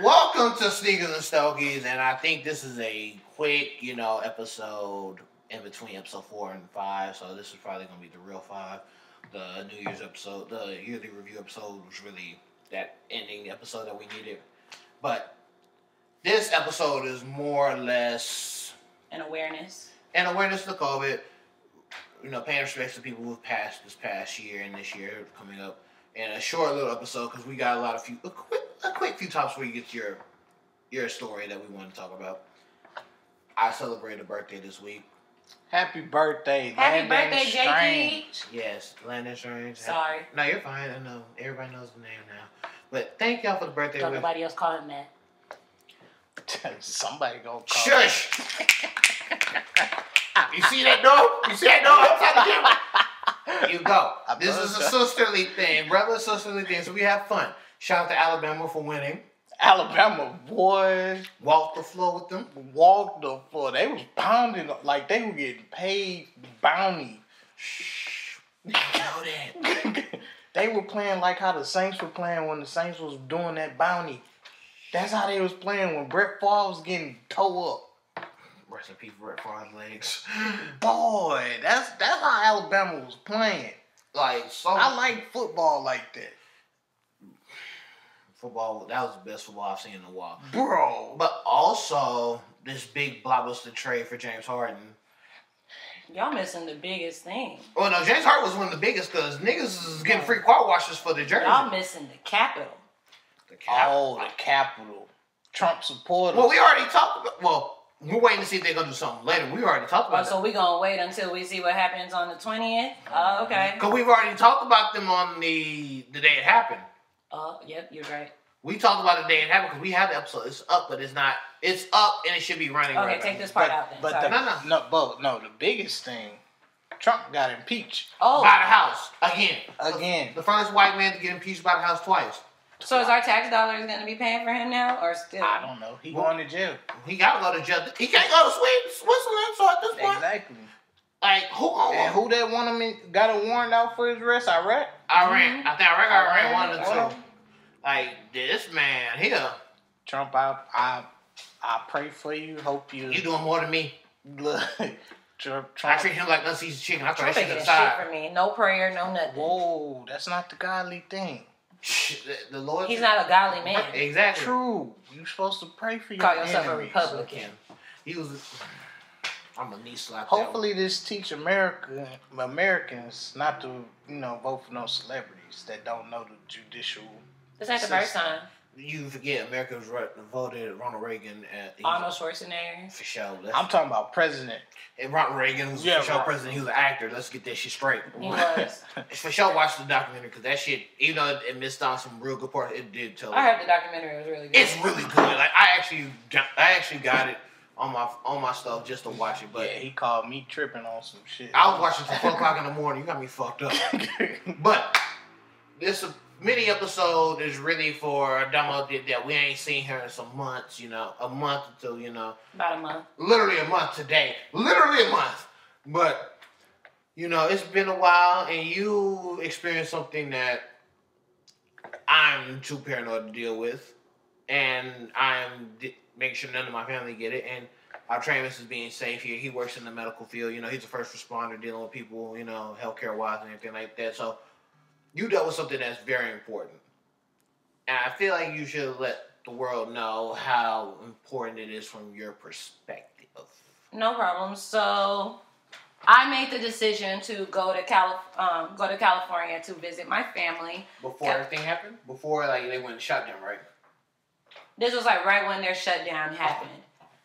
Welcome to Sneakers and Stokies, and I think this is a quick, you know, episode in between episode four and five. So this is probably gonna be the real five. The New Year's episode, the yearly review episode was really that ending episode that we needed. But this episode is more or less And awareness. an awareness of COVID, you know, paying respects to people who've passed this past year and this year coming up, and a short little episode because we got a lot of few a quick a quick few tops where you get your your story that we want to talk about. I celebrated a birthday this week. Happy birthday, Happy Landon birthday, JD. Strange. Yes, Landon Strange. Sorry. No, you're fine. I know everybody knows the name now, but thank y'all for the birthday. Don't wish. nobody else call him that. Somebody gonna call. Shush. you see that door? You see that door outside the camera? You go. I This is a buzzed sisterly thing, brother. Sisterly thing. So we have fun. Shout out to Alabama for winning. Alabama boy Walk the floor with them. walked the floor. They was pounding like they were getting paid bounty. You know that. they were playing like how the Saints were playing when the Saints was doing that bounty. That's how they was playing when Brett Favre was getting toe up. Rest in peace, Brett Favre's legs. Boy, that's that's how Alabama was playing. Like so, I like football like that, football. That was the best football I've seen in a while. bro. But also this big blockbuster trade for James Harden. Y'all missing the biggest thing. Well, Oh, no, James Harden was one of the biggest because niggas is getting free car washes for the jersey. Y'all missing the capital. The cap- Oh, the capital, Trump supporters. Well, we already talked about. Well, we're waiting to see if they're gonna do something later. We already talked Oh, about that so we gonna wait until we see what happens on the twentieth. Oh, okay. because we've already talked about them on the the day it happened. Oh, yep, you're right. We talked about the day it happened because we had the episode. It's up, but it's not. It's up and it should be running. Okay, right take now. this part but, out then. but Sorry. the, No, no. no, but no, the biggest thing, Trump got impeached oh, by the house again. again. The first white man to get impeached by the house twice. so is our tax dollars gonna be paying for him now, or still? I don't know. He going to jail. He gotta go to jail. He can't go to Sweden, Switzerland. So at this point, Exactly. like who gonna? And who that want him in, got a warrant out for his arrest? Iraq. Iran. I think Iraq, Iran, Iran, one or Iran. two. Like this man here, Trump, I, I, I pray for you. Hope you. you doing more than me. look, Trump, I Trump. treat him like unseasoned chicken. I throw You're that shit taking shit aside. for me. No prayer, no nothing. Whoa, that's not the godly thing. Shh, the, the Lord. He's not a godly man. Exactly. True. You supposed to pray for your Call yourself a enemies. Republican. He was. I'm a knee slap. that Hopefully, this teach America Americans not to you know vote for no celebrities that don't know the judicial. This ain't the Sis. first time. one. You forget Americans ru- voted Ronald Reagan at he was- Arnold Schwarzenegger. for show. I'm talking about president. and Ronald Reagan was Yeah, for show Ron- president. He was an actor. Let's get that shit straight. He was. For sure, watch the documentary because that shit, even though it missed on some real good parts, it did tell. I heard the documentary was really good. it's really good. Like I actually, got, I actually got it on my on my stuff just to watch it. But yeah, he called me tripping on some shit. I was watching till four o'clock in the morning. You got me fucked up. watching. But this mini episode is really for a demo that- that we ain't seen her in some months, you know, a month until, you know, about a month. literally a month today. Literally a month. But, you know, it's been a while and you experienced something that I'm too paranoid to deal with. And I'm d- making sure none of my family get it. And our Travis is being safe here. He works in the medical field. You know, he's a first responder dealing with people, you know, healthcare wise and everything like that. So you dealt with something that's very important. And I feel like you should let the world know how important it is from your perspective. No problem. So I made the decision to go to Calif- um, go to California to visit my family. Before Yeah. everything happened? Before, like, they went and shot them, right? This was like right when their shutdown happened.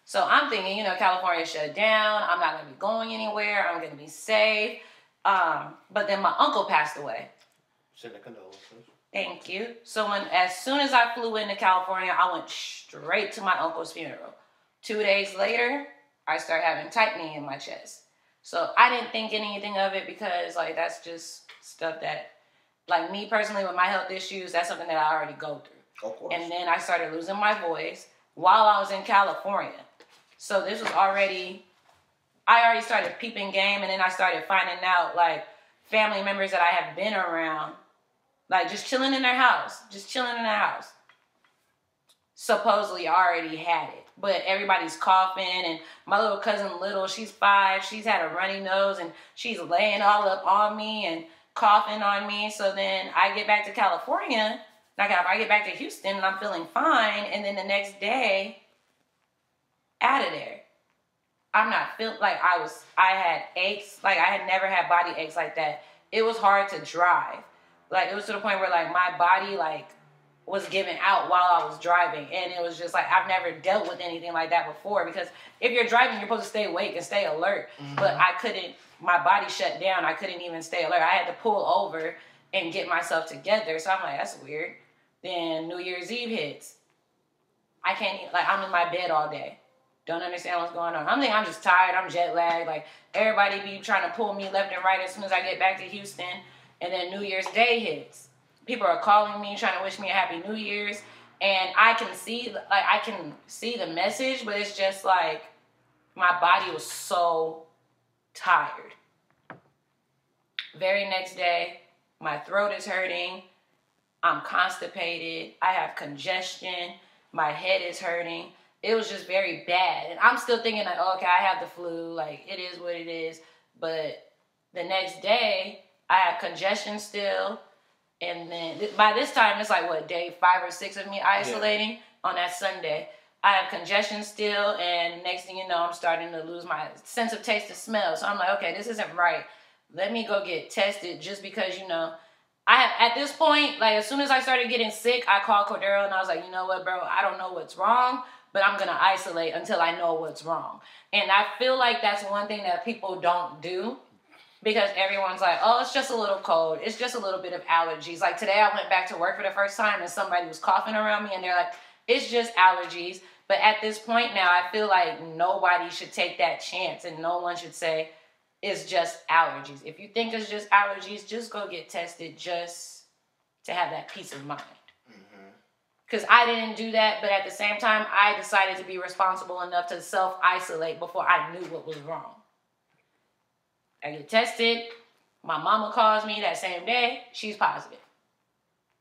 So I'm thinking, you know, California shut down. I'm not gonna be going anywhere. I'm gonna be safe. Um, but then my uncle passed away. Send the condolences. Thank you. So when as soon as I flew into California, I went straight to my uncle's funeral. Two days later, I start having tightening in my chest. So I didn't think anything of it because like that's just stuff that like me personally with my health issues, that's something that I already go through. Of course. And then I started losing my voice while I was in California. So this was already I already started peeping game and then I started finding out like family members that I have been around like just chilling in their house, just chilling in their house. supposedly already had it. But everybody's coughing, and my little cousin Little, she's five, she's had a runny nose, and she's laying all up on me and coughing on me. So then I get back to California, like if I get back to Houston and I'm feeling fine, and then the next day, out of there. I'm not feeling like I was, I had aches, like I had never had body aches like that. It was hard to drive. Like it was to the point where like my body, like, was given out while I was driving. And it was just like, I've never dealt with anything like that before because if you're driving, you're supposed to stay awake and stay alert. But I couldn't, my body shut down. I couldn't even stay alert. I had to pull over and get myself together. So I'm like, that's weird. Then New Year's Eve hits. I can't, even, like, I'm in my bed all day. Don't understand what's going on. I'm thinking I'm just tired. I'm jet lagged. Like, everybody be trying to pull me left and right as soon as I get back to Houston. And then New Year's Day hits people are calling me trying to wish me a happy new year's and i can see like i can see the message but it's just like my body was so tired very next day my throat is hurting i'm constipated i have congestion my head is hurting it was just very bad and i'm still thinking like oh, okay i have the flu like it is what it is but the next day i have congestion still and then th- by this time, it's like what day five or six of me isolating on that Sunday. I have congestion still, and next thing you know, I'm starting to lose my sense of taste and smell. So I'm like, okay, this isn't right. Let me go get tested just because you know. I have at this point, like as soon as I started getting sick, I called Cordero and I was like, you know what, bro, I don't know what's wrong, but I'm gonna isolate until I know what's wrong. And I feel like that's one thing that people don't do because everyone's like, oh, it's just a little cold. It's just a little bit of allergies. Like today, I went back to work for the first time and somebody was coughing around me and they're like, it's just allergies. But at this point now, I feel like nobody should take that chance and no one should say, it's just allergies. If you think it's just allergies, just go get tested just to have that peace of mind. Because I didn't do that, but at the same time, I decided to be responsible enough to self isolate before I knew what was wrong. I get tested. My mama calls me that same day. She's positive.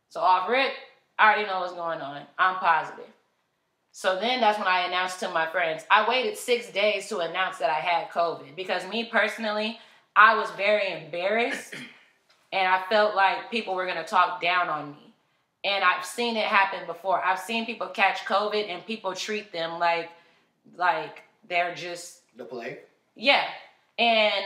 So off rip, I already know what's going on. I'm positive. So then that's when I announced to my friends. I waited six days to announce that I had COVID because me personally, I was very embarrassed and I felt like people were gonna talk down on me. And I've seen it happen before. I've seen people catch COVID and people treat them like like they're just The plague. yeah. And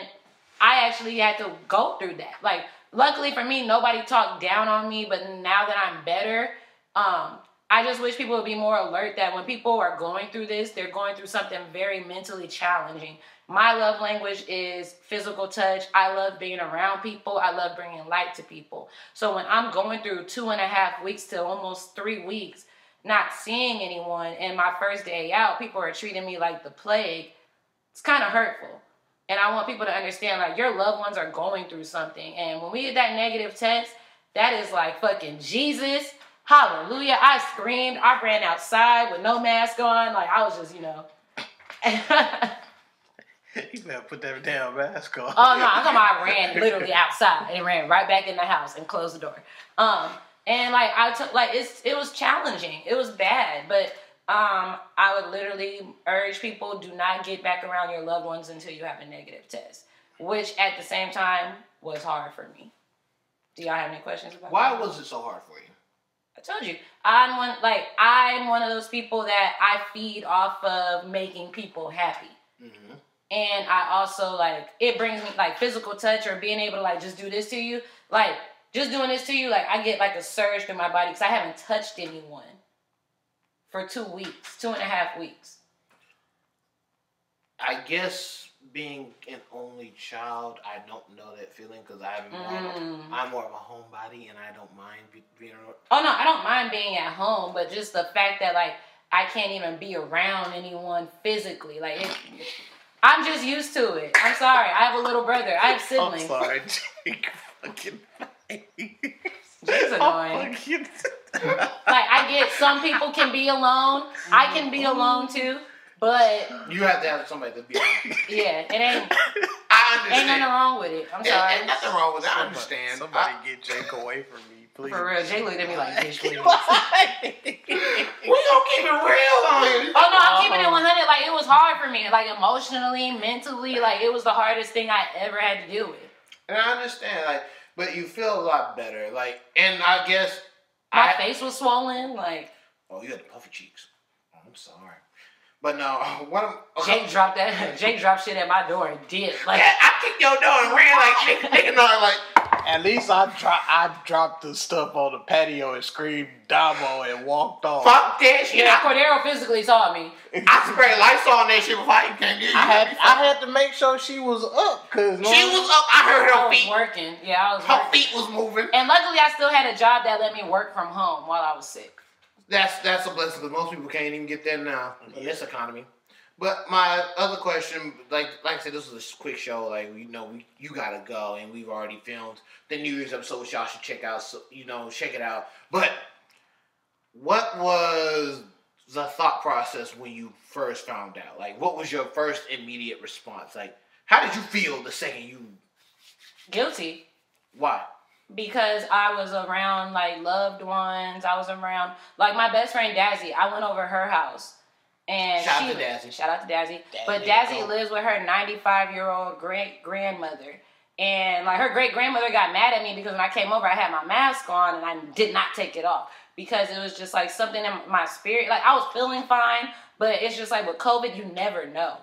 I actually had to go through that. Like, luckily for me, nobody talked down on me, but now that I'm better, um, I just wish people would be more alert that when people are going through this, they're going through something very mentally challenging. My love language is physical touch. I love being around people. I love bringing light to people. So when I'm going through two and a half weeks to almost three weeks, not seeing anyone, and my first day out, people are treating me like the plague, it's kind of hurtful. And I want people to understand like your loved ones are going through something. And when we did that negative test, that is like fucking Jesus. Hallelujah. I screamed. I ran outside with no mask on. Like I was just, you know. oh You better put that damn mask on. no, I'm talking about I ran literally outside and ran right back in the house and closed the door. Um and like I took like it's it was challenging. It was bad, but um I would literally urge people do not get back around your loved ones until you have a negative test, which at the same time was hard for me. Do y'all have any questions about Why that? was it so hard for you? I told you I'm one like I'm one of those people that I feed off of making people happy. Mm-hmm. And I also like it brings me like physical touch or being able to like just do this to you. Like just doing this to you, like I get like a surge through my body because I haven't touched anyone for two weeks, two and a half weeks. I guess being an only child, I don't know that feeling because I'm more of a, Mm. I'm more of a homebody and I don't mind be, being. around- Oh no, I don't mind being at home, but just the fact that like I can't even be around anyone physically, like it, I'm just used to it. I'm sorry, I have a little brother, I have siblings. I'm sorry, Jake. Fucking. Jake's I'm annoying. fucking. Like I get some people can be alone. I can Mm-hmm. be alone too. But You have to have somebody to be. around. yeah, it ain't I I Ain't understand. nothing wrong with it. I'm Ain't- sorry. ain't nothing wrong with that. I Somebody- understand. Somebody get Jake away from me, please. For real, Jay looked at me like, bitch, please. I- we gonna keep it real on here. Oh no, I'm keeping uh-huh. it Uh-oh. 100. Like it was hard for me, like emotionally, mentally, like it was the hardest thing I ever had to deal with. And I understand, like, but you feel a lot better, like, and I guess My I- face was swollen. Like Oh, you had the puffy cheeks. Oh, I'm sorry, but no. What? am Jake dropped that. Jake dropped shit at my door and did. Like Yeah, I kicked your door and ran like nigga, nigga, no, like At least I dro- I dropped the stuff on the patio and screamed Dabo and walked off. fuck that shit. yeah, I, Cordero physically saw me. I sprayed Lysol on that shit before I even came to you. I had I had to make sure she was up because she was up. I heard I Oh, her was feet. Oh. working. Yeah, I was Her working. feet was moving. And luckily, I still had a job that let me work from home while I was sick. That's that's a blessing because most people can't even get that now in this economy. But my other question, like like I said, this was a quick show. Like you know, we you gotta go, and we've already filmed the New Year's episode. Which y'all should check out. So, you know, check it out. But what was the thought process when you first found out? Like, what was your first immediate response? Like, how did you feel the second you? Guilty. Why? because I was around like loved ones. I was around like my best friend Dazzy. I went over her house. And Shout out she, to Dazzy. Shout out to Dazzy. but Dazzy Dazzy go. lives with her 95 year old great grandmother. And like her great grandmother got mad at me because when I came over, I had my mask on and I did not take it off because it was just like something in my spirit. Like I was feeling fine, but it's just like with COVID, you never know.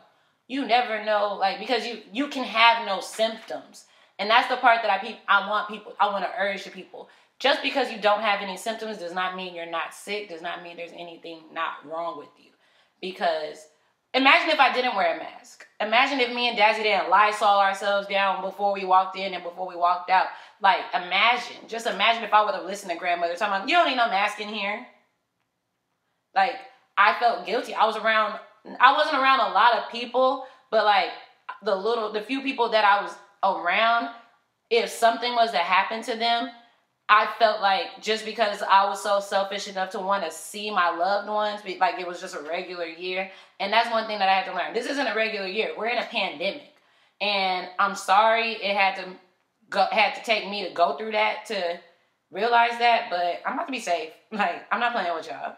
You never know, like because you you can have no symptoms. And that's the part that I pe- I want people I want to urge to people. Just because you don't have any symptoms does not mean you're not sick, does not mean there's anything not wrong with you. Because imagine if I didn't wear a mask. Imagine if me and Dazzy didn't Lysol ourselves down before we walked in and before we walked out. Like imagine, just imagine if I would have listened to grandmother talking about, you don't need no mask in here. Like I felt guilty. I was around I wasn't around a lot of people, but like the little the few people that I was around, if something was to happen to them, I felt like just because I was so selfish enough to want to see my loved ones, be- like it was just a regular year. And that's one thing that I had to learn. This isn't a regular year. We're in a pandemic. And I'm sorry it had to go had to take me to go through that to realize that, but I'm about to be safe. Like I'm not playing with y'all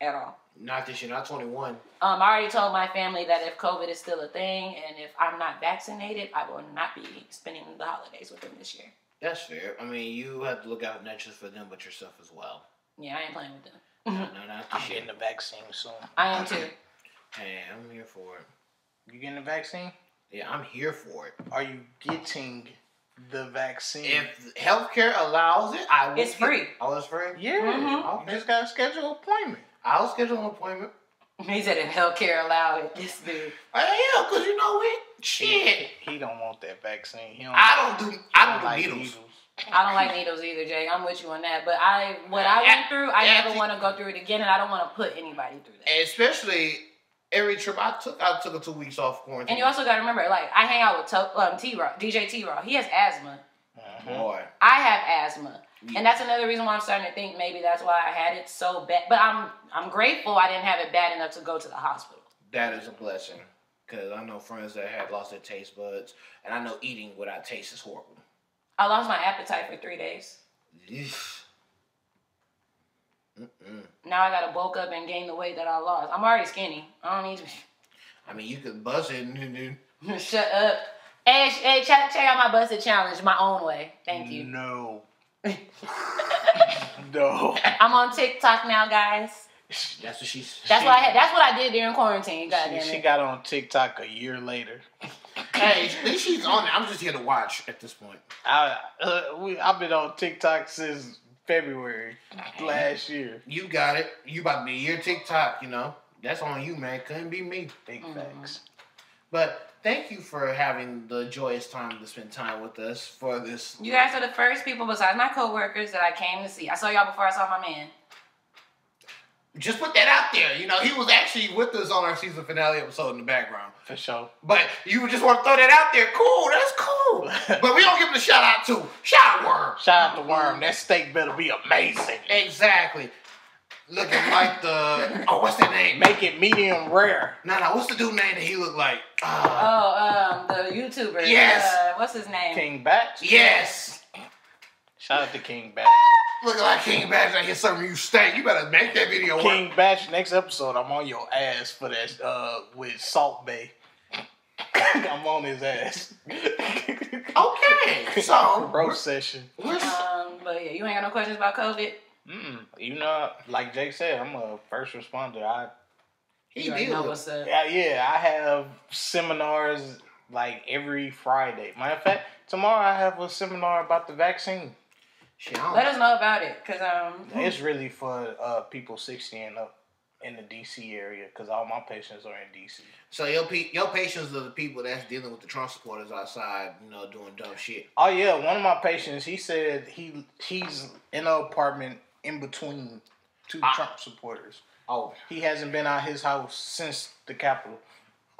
at all. Not this year. Not twenty one. Um, I already told my family that if COVID is still a thing and if I'm not vaccinated, I will not be spending the holidays with them this year. That's fair. I mean, you have to look out not just for them but yourself as well. Yeah, I ain't playing with them. No, not I'm this year. getting the vaccine soon. I am too. Hey, I'm here for it. You getting the vaccine? Yeah, I'm here for it. Are you getting the vaccine? If healthcare allows it, I will. It's free. I was free. yeah, Mhm. Mm-hmm. you just gotta schedule an appointment. I'll schedule an appointment. He said if healthcare allow it, this dude. Hey, yeah, cause you know what? Shit, He, he don't want that vaccine. He don't. I don't do. he I don't do like needles. I don't like needles either, Jay. I'm with you on that. But I, what I went through, I never want to go through it again, and I don't want to put anybody through that. And especially every trip I took, I took a two weeks off quarantine. And you also got to remember, like I hang out with to- um, T Raw, DJ T Raw. He has asthma. Mhm. boy, I have asthma. And that's another reason why I'm starting to think maybe that's why I had it so bad. But I'm I'm grateful I didn't have it bad enough to go to the hospital. that is a blessing. Cause I know friends that have lost their taste buds, and I know eating without taste is horrible. I lost my appetite for three days. Yeesh. Mm-mm. Now I gotta bulk up and gain the weight that I lost. I'm already skinny. I don't need to I mean, you could buzz it and then shut up. Hey, sh- hey, check, check out my busted challenge my own way. Thank you. No. no. I'm on TikTok now, guys. That's what she's. That's what I had. That's what I did during quarantine. God She, damn she it. got on TikTok a year later. Hey, at least she's on it. I'm just here to watch at this point. I uh, we, I've been on TikTok since February last year. You got it. You about to be your TikTok, you know. That's on you, man. Couldn't be me. Big Mhm. facts. But thank you for having the joyous time to spend time with us for this. You guys are the first people besides my coworkers that I came to see. I saw y'all before I saw my man. Just put that out there. You know, he was actually with us on our season finale episode in the background. For sure. But you just want to throw that out there. Cool, that's cool. but we don't give him a shout out too. Shout out, Worm. Shout out to Worm. That steak better be amazing. Exactly. looking like the oh what's that name? Make it medium rare. Nah, nah, what's the dude name that he looked like? Uh, Oh, um, the YouTuber. Yes. Uh, what's his name? King Batch. yes, Shout out to King Batch. looking like King Badge. I hear something you stank. You better make that video work. King Batch. Next episode, I'm on your ass for that. Uh, with Salt Bay. I'm on his ass. Oh. Okay, so Bro session. we're- Um, but yeah, you ain't got no questions about COVID. Mm, you know, like Jake said, I'm a first responder. I he you already did. know look- what's up. yeah, yeah, I have seminars like every Friday. Matter of fact, tomorrow I have a seminar about the vaccine. Shit, I Let don't- us know about it, cause um, Hmm. It's really for uh, people 60 and up in the DC area because all my patients are in DC. So your pe- your patients are the people that's dealing with the Trump supporters outside, you know, doing dumb shit. Oh yeah, one of my patients, he said he he's in an apartment in between two Ah. Trump supporters. Oh, He hasn't been out his house since the Capitol.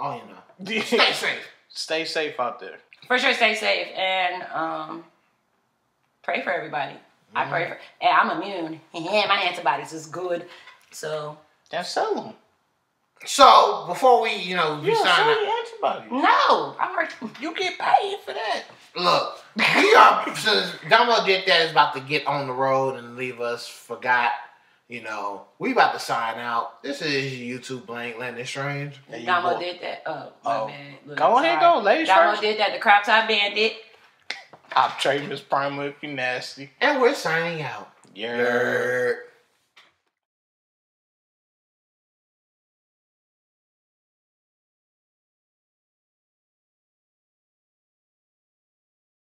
oh, you know, stay safe. Stay safe out there. for sure stay safe and um, pray for everybody. I pray for, and I'm immune. Yeah, my antibodies is good. So Then sell them. So before we, you know, we Yeah, sign sell up. the antibodies. no, I'm working. You get paid for that. Look, we are since Domo did that is about to get on the road and leave us forgot. You know, we about to sign out. This is YouTube Blank Landon Strange. There you Damo go. did that. Oh, my Oh. bad. Look, Go ahead, go, ladies Damo first. did that. The crop top bandit. I'm trading this primer if you nasty. And we're signing out. Yeah. Err.